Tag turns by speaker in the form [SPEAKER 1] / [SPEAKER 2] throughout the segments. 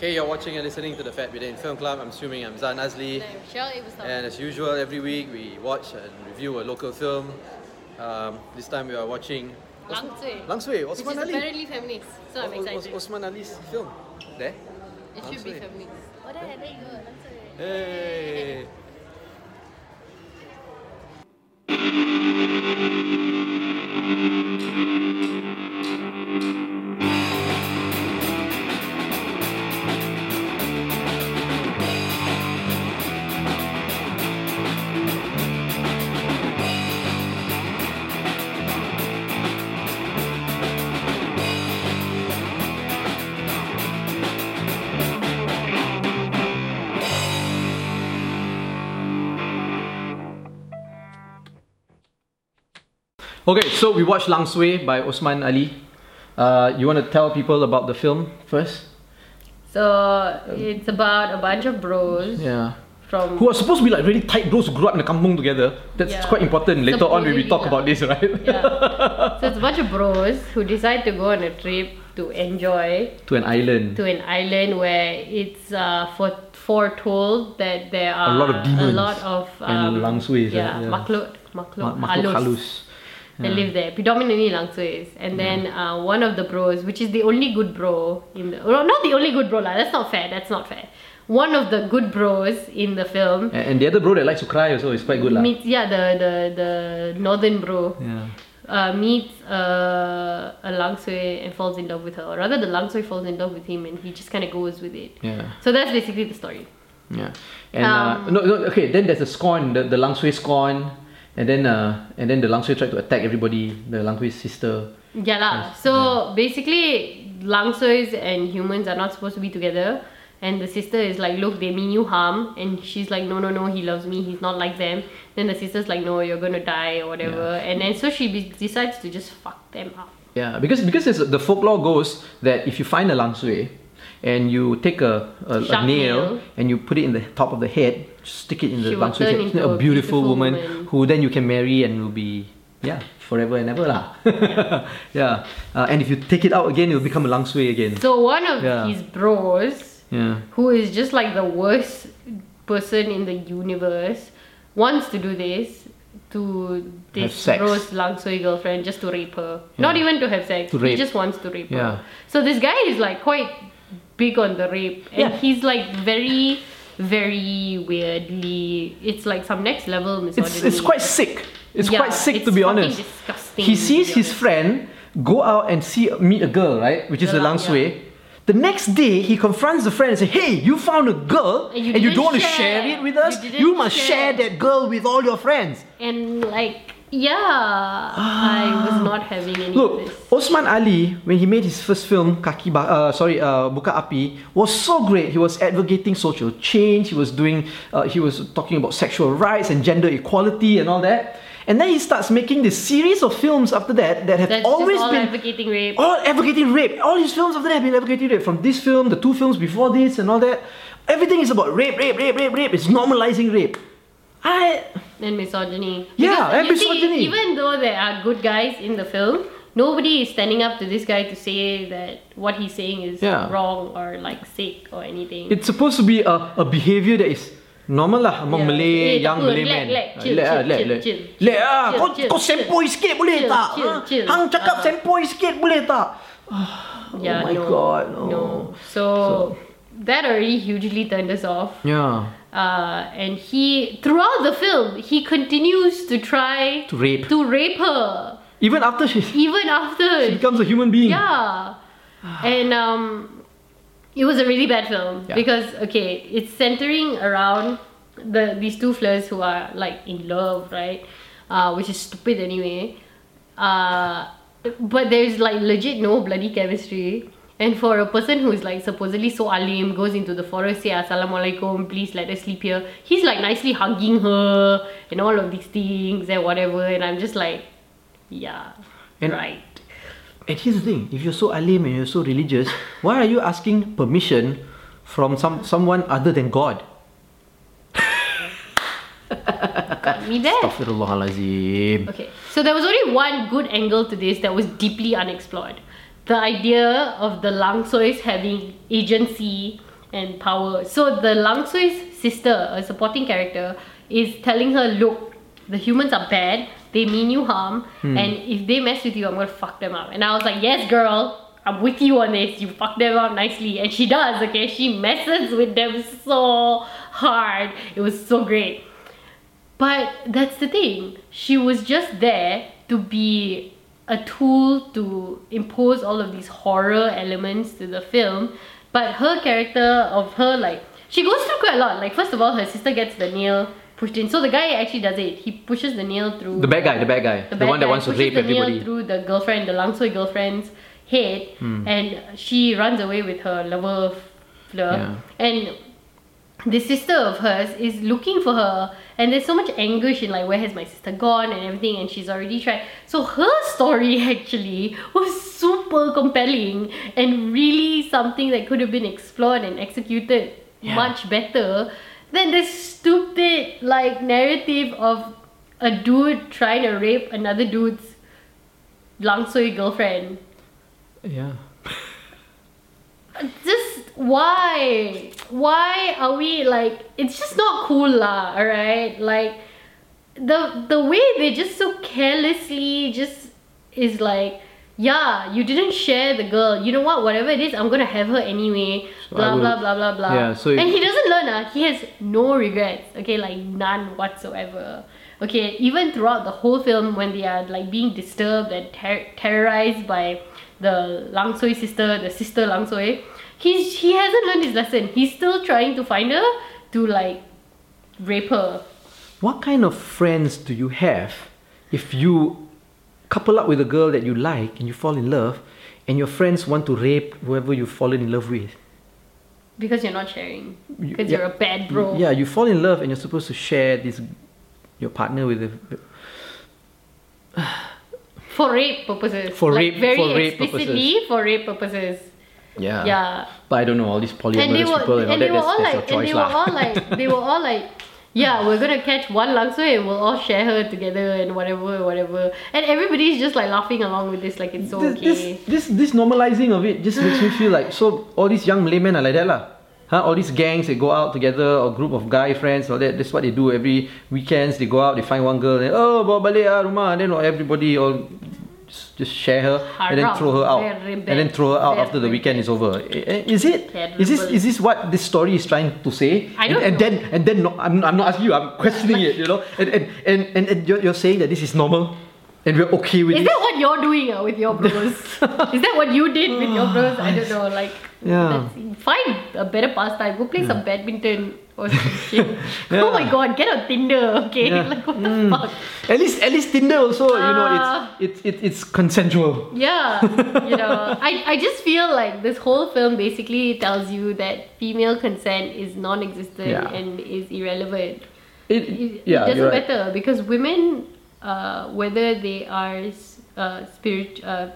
[SPEAKER 1] Hey, you're watching and listening to the Fat Bidane Film Club. I'm assuming I'm Zan
[SPEAKER 2] And
[SPEAKER 1] Azli.
[SPEAKER 2] I'm Michelle Abelson.
[SPEAKER 1] And as usual, every week we watch and review a local film. Um, this time we are watching
[SPEAKER 2] Lang Tsui.
[SPEAKER 1] Lang Sui,
[SPEAKER 2] Which
[SPEAKER 1] Osman
[SPEAKER 2] is
[SPEAKER 1] Ali.
[SPEAKER 2] apparently feminist. So I'm
[SPEAKER 1] O- O-
[SPEAKER 2] excited.
[SPEAKER 1] Osman Ali's film. There.
[SPEAKER 2] it should
[SPEAKER 1] Lang Tsui.
[SPEAKER 2] be feminist.
[SPEAKER 3] Oh, there, there you go. That's
[SPEAKER 1] Hey.
[SPEAKER 3] it.
[SPEAKER 1] Okay, so we watched Lang Sui by Osman Ali. Uh, you want to tell people about the film first?
[SPEAKER 3] So it's about a bunch of bros
[SPEAKER 1] Yeah.
[SPEAKER 3] from
[SPEAKER 1] Who are supposed to be like really tight bros who grew up in a kampung together. That's
[SPEAKER 3] Yeah.
[SPEAKER 1] quite important later on when we
[SPEAKER 3] Supposedly
[SPEAKER 1] talk
[SPEAKER 3] lah.
[SPEAKER 1] about this, right?
[SPEAKER 3] yeah. So it's a bunch of bros who decide to go on a trip to enjoy
[SPEAKER 1] to an island.
[SPEAKER 3] to an island where it's uh, for, foretold that there are
[SPEAKER 1] lot of
[SPEAKER 3] a
[SPEAKER 1] demons
[SPEAKER 3] lot of
[SPEAKER 1] and
[SPEAKER 3] um,
[SPEAKER 1] langsuis, right?
[SPEAKER 3] yeah,
[SPEAKER 1] Yeah.
[SPEAKER 3] makhluk, makhluk,
[SPEAKER 1] Ma- makhluk
[SPEAKER 3] halus.
[SPEAKER 1] halus.
[SPEAKER 3] They live there, predominantly Langsuis.
[SPEAKER 1] Mm.
[SPEAKER 3] And then uh, one of the bros, which is the only good bro in the. Well, not the only good bro, lah. that's not fair, that's not fair. One of the good bros in the film
[SPEAKER 1] And, and the other bro that likes to cry also is quite good lah.
[SPEAKER 3] meets, yeah, the, the, the northern bro
[SPEAKER 1] Yeah.
[SPEAKER 3] uh, meets uh, a Langsui and falls in love with her. Or rather, the Langsui falls in love with him and he just kind of goes with it.
[SPEAKER 1] Yeah.
[SPEAKER 3] So that's basically the story.
[SPEAKER 1] Yeah. And uh,
[SPEAKER 3] Um.
[SPEAKER 1] no, no, okay. Then there's the scorn, the, the Lang Sui scorn, and then uh, and then the Lang Sui tried to attack everybody, the Lang Sui's sister.
[SPEAKER 3] Yeah, lah. So basically, Langsuis and humans are not supposed to be together. And the sister is like, look, they mean you harm. And she's like, no, no, no, he loves me. He's not like them. Then the sister's like, no, you're gonna die or whatever. And then so she be- decides to just fuck them up.
[SPEAKER 1] Yeah, because because it's, the folklore goes that if you find a Lang Sui, and you take a, a, a
[SPEAKER 3] Sharp
[SPEAKER 1] nail
[SPEAKER 3] nail.
[SPEAKER 1] and you put it in the top of the head, stick it in the
[SPEAKER 3] She will
[SPEAKER 1] Lang Sui's
[SPEAKER 3] turn
[SPEAKER 1] head,
[SPEAKER 3] into
[SPEAKER 1] a beautiful,
[SPEAKER 3] a beautiful
[SPEAKER 1] woman,
[SPEAKER 3] woman.
[SPEAKER 1] who then you can marry and will be yeah forever and ever lah. yeah. Uh, and if you take it out again, it will become a Lang Sui again.
[SPEAKER 3] So one of
[SPEAKER 1] Yeah.
[SPEAKER 3] his bros
[SPEAKER 1] Yeah.
[SPEAKER 3] who is just like the worst person in the universe, wants to do this to
[SPEAKER 1] Have
[SPEAKER 3] this
[SPEAKER 1] sex.
[SPEAKER 3] Rose Langsui girlfriend just to rape her. Not even to have sex.
[SPEAKER 1] To
[SPEAKER 3] He
[SPEAKER 1] rape.
[SPEAKER 3] just wants to rape
[SPEAKER 1] Yeah.
[SPEAKER 3] her. So this guy is like quite big on the rape, and
[SPEAKER 1] Yeah.
[SPEAKER 3] he's like very, very weirdly. It's like some next level misogyny.
[SPEAKER 1] It's it's quite sick. It's
[SPEAKER 3] Yeah,
[SPEAKER 1] quite sick
[SPEAKER 3] it's
[SPEAKER 1] to be
[SPEAKER 3] fucking
[SPEAKER 1] honest.
[SPEAKER 3] disgusting,
[SPEAKER 1] he
[SPEAKER 3] to
[SPEAKER 1] sees
[SPEAKER 3] be
[SPEAKER 1] his
[SPEAKER 3] honest.
[SPEAKER 1] friend go out and see meet a girl, right? Which is the
[SPEAKER 3] The
[SPEAKER 1] Lang
[SPEAKER 3] Lang-
[SPEAKER 1] Sui. The next day, he confronts the friend and says, "Hey, you found a girl,
[SPEAKER 3] And you
[SPEAKER 1] and you
[SPEAKER 3] didn't
[SPEAKER 1] don't want to
[SPEAKER 3] share.
[SPEAKER 1] share it with us.
[SPEAKER 3] You
[SPEAKER 1] You,
[SPEAKER 3] didn't
[SPEAKER 1] must share.
[SPEAKER 3] share."
[SPEAKER 1] that girl with all your friends."
[SPEAKER 3] and like yeah, I was not having any of
[SPEAKER 1] Ah. Look,
[SPEAKER 3] this.
[SPEAKER 1] Osman Ali, when he made his first film, Kaki, ba- uh, sorry, uh, Buka Api, was so great. He was advocating social change. He was doing, uh, he was talking about sexual rights and gender equality and all that. And then he starts making this series of films after that that have
[SPEAKER 3] That's
[SPEAKER 1] always
[SPEAKER 3] just all
[SPEAKER 1] been
[SPEAKER 3] advocating rape.
[SPEAKER 1] all advocating rape. All his films after that have been advocating rape. From this film, the two films before this, and all that. Everything is about rape, rape, rape, rape, rape. It's normalizing rape. I
[SPEAKER 3] and misogyny.
[SPEAKER 1] Yeah,
[SPEAKER 3] Because
[SPEAKER 1] and
[SPEAKER 3] you see,
[SPEAKER 1] misogyny.
[SPEAKER 3] even though there are good guys in the film, nobody is standing up to this guy to say that what he's saying is
[SPEAKER 1] Yeah.
[SPEAKER 3] wrong or like sick or anything.
[SPEAKER 1] It's supposed to be a, a behavior that is normal lah among
[SPEAKER 3] Yeah.
[SPEAKER 1] Malay
[SPEAKER 3] Eh, tak
[SPEAKER 1] young
[SPEAKER 3] apa,
[SPEAKER 1] Malay
[SPEAKER 3] relax,
[SPEAKER 1] men.
[SPEAKER 3] relax, chill,
[SPEAKER 1] ah,
[SPEAKER 3] chill,
[SPEAKER 1] relax.
[SPEAKER 3] chill,
[SPEAKER 1] Relax ah.
[SPEAKER 3] Chill,
[SPEAKER 1] Kau
[SPEAKER 3] chill,
[SPEAKER 1] kau sempoi sikit boleh
[SPEAKER 3] Chill,
[SPEAKER 1] tak?
[SPEAKER 3] chill,
[SPEAKER 1] Ah,
[SPEAKER 3] chill.
[SPEAKER 1] Hang cakap
[SPEAKER 3] Ah.
[SPEAKER 1] sempoi sikit boleh tak?
[SPEAKER 3] yeah,
[SPEAKER 1] oh my
[SPEAKER 3] no,
[SPEAKER 1] god, no.
[SPEAKER 3] So, that already hugely turned us off.
[SPEAKER 1] Yeah.
[SPEAKER 3] Uh, and he throughout the film he continues to try
[SPEAKER 1] To rape.
[SPEAKER 3] to rape her
[SPEAKER 1] Even after she,
[SPEAKER 3] even after
[SPEAKER 1] she becomes a human being.
[SPEAKER 3] Ya. Yeah. and um, it was a really bad film
[SPEAKER 1] Ah. Yeah.
[SPEAKER 3] because okay, it's centering around the these two flirts who are like in love, right? Uh, which is stupid anyway. Uh, but there's like legit no bloody chemistry. And for a person who's like supposedly so alim, goes into the forest, say Assalamualaikum, please let us sleep here. He's like nicely hugging her and all of these things and whatever. And I'm just like, yeah,
[SPEAKER 1] And-
[SPEAKER 3] right.
[SPEAKER 1] And here's the thing, if you're so alim and you're so religious, why are you asking permission from some someone other than God?
[SPEAKER 3] Got me there.
[SPEAKER 1] Astaghfirullahalazim.
[SPEAKER 3] Okay, so there was only one good angle to this that was deeply unexplored. The idea of the Langsois having agency and power. So the Lang Sui's sister, a supporting character, is telling her, look, the humans are bad. They mean you harm, and if they mess with you, I'm gonna fuck them up. And I was like, yes, girl. I'm with you on this. You fuck them up nicely, and she does. Okay, she messes with them so hard. It was so great. But that's the thing. She was just there to be a tool to impose all of these horror elements to the film. But her character of her, like, she goes through quite a lot. Like, first of all, her sister gets the nail pushed in. So the guy actually does it. He pushes the nail through.
[SPEAKER 1] The bad guy, the bad guy. The,
[SPEAKER 3] bad
[SPEAKER 1] one that
[SPEAKER 3] guy
[SPEAKER 1] wants to
[SPEAKER 3] pushes
[SPEAKER 1] rape
[SPEAKER 3] the
[SPEAKER 1] everybody.
[SPEAKER 3] Nail through the girlfriend, the Langsoi girlfriend's head,
[SPEAKER 1] Hmm.
[SPEAKER 3] and she runs away with her lover, Fleur.
[SPEAKER 1] Yeah.
[SPEAKER 3] And the sister of hers is looking for her, and there's so much anguish in like, where has my sister gone and everything, and she's already tried. So her story actually was super compelling and really something that could have been explored and executed
[SPEAKER 1] Yeah.
[SPEAKER 3] much better than this stupid like narrative of a dude trying to rape another dude's langsoi girlfriend.
[SPEAKER 1] Yeah.
[SPEAKER 3] Just why? Why are we like? It's just not cool, lah. All right, like the the way they just so carelessly just is like. Yeah, you didn't share the girl. You know what? Whatever it is, I'm gonna have her anyway.
[SPEAKER 1] So I
[SPEAKER 3] blah
[SPEAKER 1] will-
[SPEAKER 3] blah blah blah blah.
[SPEAKER 1] Yeah, so if-
[SPEAKER 3] and he doesn't learn. Uh, he has no regrets. Okay, like none whatsoever. Okay, even throughout the whole film, when they are like being disturbed and ter- terrorized by the Lang Soi sister, the sister Lang Soi, he's he hasn't learned his lesson. He's still trying to find her to like rape her.
[SPEAKER 1] What kind of friends do you have if you couple up with a girl that you like and you fall in love and your friends want to rape whoever you've fallen in love with?
[SPEAKER 3] Because you're not sharing.
[SPEAKER 1] You-
[SPEAKER 3] Because
[SPEAKER 1] yeah.
[SPEAKER 3] you're a bad bro.
[SPEAKER 1] Yeah, you fall in love and you're supposed to share this your partner with a
[SPEAKER 3] For rape purposes.
[SPEAKER 1] For
[SPEAKER 3] Like,
[SPEAKER 1] rape-
[SPEAKER 3] very
[SPEAKER 1] for rape
[SPEAKER 3] explicitly for rape purposes.
[SPEAKER 1] Yeah.
[SPEAKER 3] Yeah.
[SPEAKER 1] But I don't know all these polyamorous
[SPEAKER 3] and they were,
[SPEAKER 1] people and, all
[SPEAKER 3] and they
[SPEAKER 1] that.
[SPEAKER 3] were
[SPEAKER 1] That's, that's
[SPEAKER 3] all like,
[SPEAKER 1] your
[SPEAKER 3] and
[SPEAKER 1] choice
[SPEAKER 3] they were
[SPEAKER 1] lah.
[SPEAKER 3] all like, they were all like, yeah, we're gonna catch one langsui and we'll all share her together and whatever, whatever. And everybody's just like laughing along with this, like it's so
[SPEAKER 1] this,
[SPEAKER 3] okay.
[SPEAKER 1] this, this this normalizing of it just makes me feel like so all these young Malay men are like that lah. Huh? All these gangs they go out together or group of guy friends all that. That's what they do every weekends. They go out, they find one girl, and oh bawa balik ah rumah. And then oh, everybody all just, just share her and then
[SPEAKER 3] Haram.
[SPEAKER 1] throw her out
[SPEAKER 3] Very bad.
[SPEAKER 1] and then throw her out after the
[SPEAKER 3] Very
[SPEAKER 1] weekend is over. I- I- Is it? Is this
[SPEAKER 3] Terrible.
[SPEAKER 1] is this what this story is trying to say?
[SPEAKER 3] I don't
[SPEAKER 1] and, and
[SPEAKER 3] know.
[SPEAKER 1] then and then no, I'm, I'm not asking you. I'm questioning it. You know, and and and, and, and you're, you're saying that this is normal, and we're okay with
[SPEAKER 3] Is
[SPEAKER 1] it.
[SPEAKER 3] that what you're doing uh, with your bros? Is that what you did with your bros? I don't know. Like,
[SPEAKER 1] Yeah.
[SPEAKER 3] that's- find a better pastime. Go play some badminton or some shit. Oh my
[SPEAKER 1] Yeah.
[SPEAKER 3] god, get on Tinder, okay?
[SPEAKER 1] Yeah. Mm.
[SPEAKER 3] Like, what the fuck?
[SPEAKER 1] At least, at least Tinder also, you know,
[SPEAKER 3] Ah.
[SPEAKER 1] it's it's it, it's consensual.
[SPEAKER 3] Yeah, you know, I, I just feel like this whole film basically tells you that female consent is non existent
[SPEAKER 1] Yeah.
[SPEAKER 3] and is irrelevant.
[SPEAKER 1] It,
[SPEAKER 3] It,
[SPEAKER 1] yeah,
[SPEAKER 3] it doesn't
[SPEAKER 1] you're right.
[SPEAKER 3] matter because women, uh, whether they are uh, spirit, uh,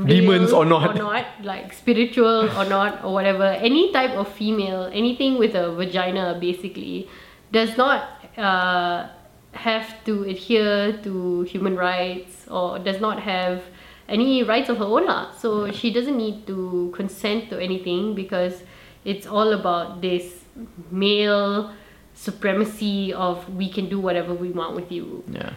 [SPEAKER 1] Demons or not.
[SPEAKER 3] or not, like spiritual or not, or whatever, any type of female, anything with a vagina basically, does not uh, have to adhere to human rights or does not have any rights of her own. lah. So she doesn't need to consent to anything because it's all about this male supremacy of we can do whatever we want with you
[SPEAKER 1] Yeah.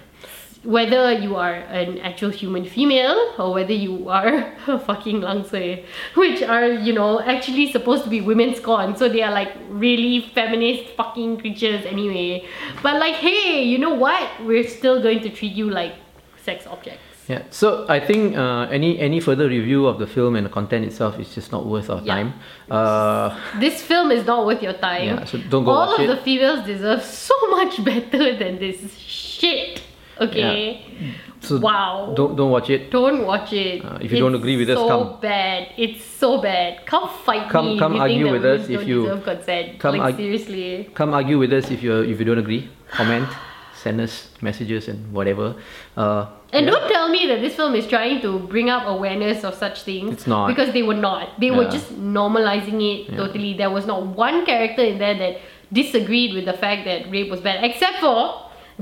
[SPEAKER 3] whether you are an actual human female or whether you are a fucking langsui, which are you know actually supposed to be women scorn, so they are like really feminist fucking creatures anyway. But like, hey, you know what? We're still going to treat you like sex objects.
[SPEAKER 1] Yeah. So I think uh, any any further review of the film and the content itself is just not worth our
[SPEAKER 3] Yeah.
[SPEAKER 1] time. Uh,
[SPEAKER 3] This film is not worth your time.
[SPEAKER 1] Yeah, so don't go
[SPEAKER 3] All
[SPEAKER 1] watch
[SPEAKER 3] of
[SPEAKER 1] it.
[SPEAKER 3] the females deserve so much better than this shit. Okay.
[SPEAKER 1] so
[SPEAKER 3] Wow.
[SPEAKER 1] Don't don't watch it.
[SPEAKER 3] Don't watch it.
[SPEAKER 1] Uh, if you don't
[SPEAKER 3] It's
[SPEAKER 1] agree with us,
[SPEAKER 3] so
[SPEAKER 1] come.
[SPEAKER 3] bad. It's so bad. Come fight
[SPEAKER 1] Come-
[SPEAKER 3] me. if
[SPEAKER 1] come
[SPEAKER 3] you
[SPEAKER 1] argue
[SPEAKER 3] think
[SPEAKER 1] with
[SPEAKER 3] that
[SPEAKER 1] us
[SPEAKER 3] women
[SPEAKER 1] if
[SPEAKER 3] don't
[SPEAKER 1] you-
[SPEAKER 3] deserve consent.
[SPEAKER 1] come
[SPEAKER 3] like
[SPEAKER 1] arg-
[SPEAKER 3] seriously.
[SPEAKER 1] Come argue with us if you if you don't agree. Comment, send us messages and whatever. Uh,
[SPEAKER 3] And
[SPEAKER 1] yeah.
[SPEAKER 3] don't tell me that this film is trying to bring up awareness of such things.
[SPEAKER 1] It's not.
[SPEAKER 3] Because they were not. They were
[SPEAKER 1] Yeah.
[SPEAKER 3] just normalizing it
[SPEAKER 1] Yeah.
[SPEAKER 3] totally. There was not one character in there that disagreed with the fact that rape was bad, except for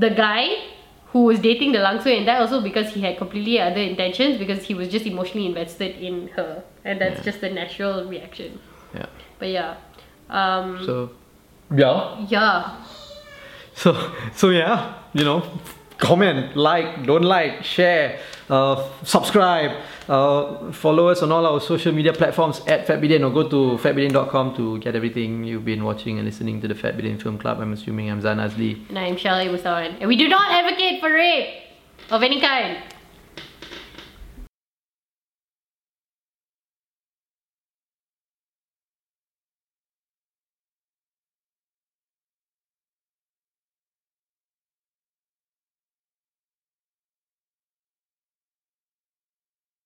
[SPEAKER 3] the guy who was dating the Langsui, and that also because he had completely other intentions because he was just emotionally invested in her, and that's
[SPEAKER 1] Yeah.
[SPEAKER 3] just the natural reaction.
[SPEAKER 1] Yeah.
[SPEAKER 3] But yeah, Um,
[SPEAKER 1] So, yeah.
[SPEAKER 3] yeah.
[SPEAKER 1] So, so yeah, you know, comment, like, don't like, share, uh, subscribe, uh, follow us on all our social media platforms at FatBillion or go to fatbillion.com to get everything you've been watching and listening to the Fat Billion Film Club. I'm assuming I'm Zan Azli.
[SPEAKER 3] And I am Shelly Musawan. And we do not advocate for rape of any kind.